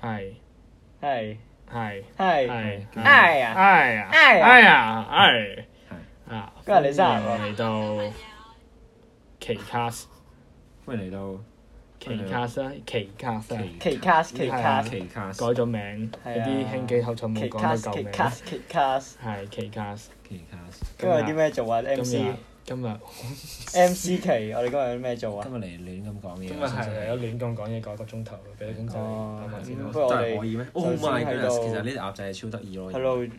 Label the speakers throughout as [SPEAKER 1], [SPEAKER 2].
[SPEAKER 1] 愛
[SPEAKER 2] 係
[SPEAKER 1] 愛愛
[SPEAKER 2] 係愛啊！
[SPEAKER 1] 愛啊
[SPEAKER 2] 愛啊
[SPEAKER 1] 愛啊愛啊！
[SPEAKER 2] 今日你生日喎
[SPEAKER 1] 歡迎嚟到奇卡斯
[SPEAKER 3] 歡迎嚟到
[SPEAKER 1] 奇卡斯啊奇卡斯啊
[SPEAKER 3] 奇
[SPEAKER 2] 奇卡斯奇卡斯
[SPEAKER 1] 係
[SPEAKER 3] 奇卡
[SPEAKER 1] 改咗名，有
[SPEAKER 2] 係啊
[SPEAKER 1] 啲興幾口就冇
[SPEAKER 2] 奇
[SPEAKER 1] 講
[SPEAKER 2] 卡
[SPEAKER 1] 得
[SPEAKER 2] 斯
[SPEAKER 1] 夠
[SPEAKER 2] 奇
[SPEAKER 1] 名。
[SPEAKER 2] 卡斯奇卡斯，
[SPEAKER 1] 係奇卡斯，
[SPEAKER 3] 奇卡斯。
[SPEAKER 2] 今日有啲咩做
[SPEAKER 3] à,
[SPEAKER 2] 啊
[SPEAKER 1] 今日今
[SPEAKER 2] ？MC
[SPEAKER 1] 日
[SPEAKER 2] MC 期，
[SPEAKER 3] Ờ,
[SPEAKER 2] 我哋今日有啲咩做啊
[SPEAKER 3] 今？日嚟亂咁講嘢，
[SPEAKER 1] 今日
[SPEAKER 3] 我相信
[SPEAKER 1] 係有亂咁講嘢講一個鐘頭，俾你公仔
[SPEAKER 2] 哦
[SPEAKER 1] 諗下先
[SPEAKER 2] 咁
[SPEAKER 1] 啦
[SPEAKER 2] 不。如我
[SPEAKER 3] 真
[SPEAKER 2] 哋
[SPEAKER 3] 係可以咩？Oh my
[SPEAKER 2] 首先喺度
[SPEAKER 3] goodness！其實呢隻鴨仔係超得意咯。
[SPEAKER 2] 喺度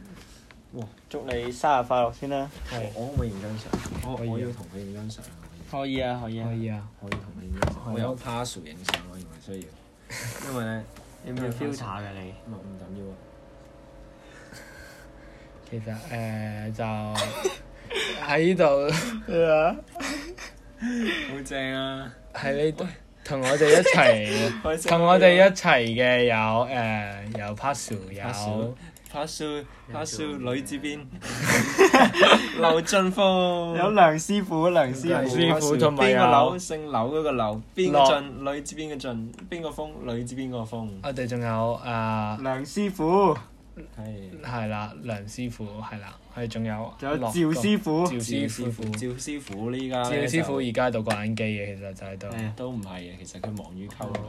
[SPEAKER 3] 哇
[SPEAKER 2] 祝你生日快樂先啦！
[SPEAKER 1] 係
[SPEAKER 3] 我可唔可以影張相？我
[SPEAKER 1] 可以啊
[SPEAKER 3] 我要同佢影張相啊！我
[SPEAKER 2] 可以啊，可以
[SPEAKER 1] 可以啊，
[SPEAKER 3] 要我要同佢影
[SPEAKER 1] 係
[SPEAKER 3] 張
[SPEAKER 1] 啊
[SPEAKER 3] 相。我有 pass 影相，我原來需要，因為 咧
[SPEAKER 2] 你唔要 filter 㗎你？
[SPEAKER 3] 唔唔緊要啊。
[SPEAKER 1] 其實誒就喺呢度
[SPEAKER 2] 啊，
[SPEAKER 3] 好正啊！
[SPEAKER 1] 喺呢度同我哋一齊。
[SPEAKER 3] 開心啊
[SPEAKER 1] 同我哋一齊嘅有誒、有 p a s u 有
[SPEAKER 3] Pasu pass pass 女字 邊， 劉俊峰
[SPEAKER 2] 有梁師傅，梁師
[SPEAKER 1] 梁
[SPEAKER 2] 傅，
[SPEAKER 1] 師傅同埋有
[SPEAKER 3] 邊個柳姓柳嗰個柳，邊個
[SPEAKER 1] 樂
[SPEAKER 3] 俊女字邊個俊，邊個風女字邊個風，
[SPEAKER 1] 我哋仲有誒
[SPEAKER 2] 梁師傅，
[SPEAKER 3] 係
[SPEAKER 1] 係啦梁師傅係啦，我哋仲有
[SPEAKER 2] 仲有
[SPEAKER 1] 樂
[SPEAKER 2] 趙
[SPEAKER 1] 哥
[SPEAKER 2] 師傅
[SPEAKER 1] 趙，師傅
[SPEAKER 3] 趙師傅呢家
[SPEAKER 1] 趙
[SPEAKER 3] 咧
[SPEAKER 1] 師傅
[SPEAKER 3] 就
[SPEAKER 1] 而家喺度掛緊機嘅，其實就喺度
[SPEAKER 2] 係啊
[SPEAKER 3] 都唔係嘅，其實佢忙於溝女。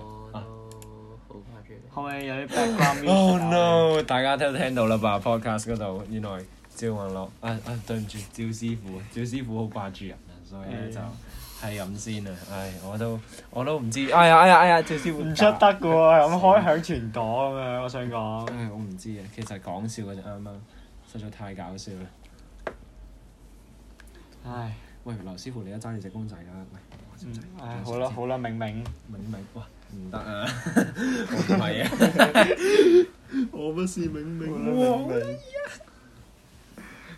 [SPEAKER 2] 可唔可以有 啲 background
[SPEAKER 3] Oh
[SPEAKER 2] music 啊
[SPEAKER 3] no！大 家都聽到啦吧？Podcast 嗰度原來趙雲樂啊啊，對唔住趙師傅，趙師傅好掛住人啊，所以咧就係咁先啊！唉，我都我都唔知，哎呀哎呀哎呀，趙師傅
[SPEAKER 2] 唔出得嘅喎，咁開響全朵咁樣，我想講。
[SPEAKER 3] 唉，我唔知啊，其實講笑嗰陣啱啱，實在太搞笑啦！
[SPEAKER 2] 唉，
[SPEAKER 3] 喂，劉師傅，你而家揸住只公仔啦，喂，我隻
[SPEAKER 2] 嗯
[SPEAKER 3] 仔
[SPEAKER 2] 唉，好啦，好啦，明明
[SPEAKER 3] 明明，哇，唔得啊，我唔係 啊，我不是明明
[SPEAKER 2] 明，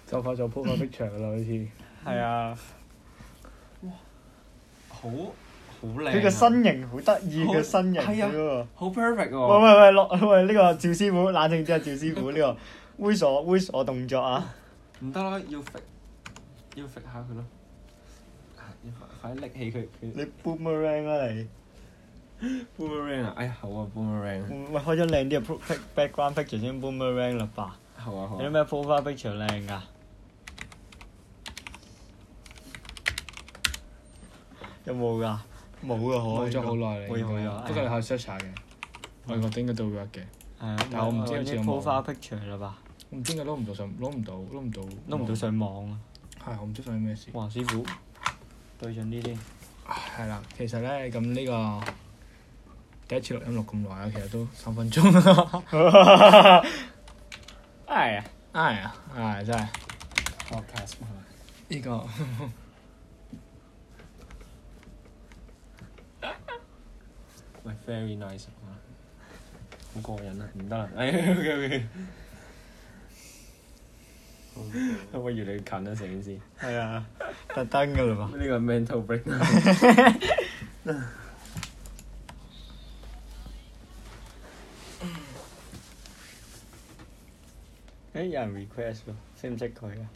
[SPEAKER 1] 就快就 po 翻 picture 啦，好似
[SPEAKER 2] 係啊，
[SPEAKER 3] 好好靚啊，
[SPEAKER 2] 嗯佢個身形好得意嘅身形
[SPEAKER 3] 係
[SPEAKER 2] 嚟
[SPEAKER 3] 啊
[SPEAKER 2] 喎。
[SPEAKER 3] 好 perfect
[SPEAKER 1] 哦
[SPEAKER 2] 喂
[SPEAKER 3] 喎，
[SPEAKER 2] 喂喂，落喂呢個趙師傅冷靜啲啊，趙師傅呢個猥瑣猥瑣動作啊！
[SPEAKER 3] 唔得啦，要揈，要揈下佢咯，啊要快快拎起佢，佢
[SPEAKER 2] 你 boomerang 啦你，
[SPEAKER 3] boomerang 啊，哎呀，好啊，boomerang，
[SPEAKER 2] 喂開咗靚啲嘅 pro- pic- background picture 先 boomerang 啦吧？
[SPEAKER 3] 好啊好
[SPEAKER 1] 哦
[SPEAKER 2] 有啲
[SPEAKER 3] 啊，
[SPEAKER 2] 咩 profile picture 靚㗎？有冇㗎？冇啊，可
[SPEAKER 1] 冇咗好耐啦，
[SPEAKER 2] 會
[SPEAKER 1] 應
[SPEAKER 2] 會
[SPEAKER 1] 該
[SPEAKER 2] 啊，
[SPEAKER 1] 不過你可以 search 下嘅，我覺得應該都會得嘅，
[SPEAKER 2] 係啊，
[SPEAKER 1] 但我唔知好似有
[SPEAKER 2] 啲
[SPEAKER 1] 冇啊
[SPEAKER 2] profile picture 啦吧，
[SPEAKER 1] 唔知點解攞唔到上，攞唔到，攞唔到，
[SPEAKER 2] 都唔到，上網啊！
[SPEAKER 1] 係我唔知上咩事。
[SPEAKER 2] 黃師傅對準呢啲，
[SPEAKER 1] 係啦，其實咧咁呢個第一次錄音錄咁耐啊，其實都三分鐘。
[SPEAKER 2] 係
[SPEAKER 1] 唉
[SPEAKER 2] 啊，
[SPEAKER 1] 啊，唉真係
[SPEAKER 3] ，podcast
[SPEAKER 1] 呢個
[SPEAKER 3] 喂，very nice 啊，好過癮啊，唔得啦， 哎，OK OK，可唔可以越嚟越近啊？成件事，呢
[SPEAKER 2] 係啊，特登㗎啦 嘛。
[SPEAKER 3] 個 mental break 啊。
[SPEAKER 2] 誒有人 request 喎，識唔識佢啊？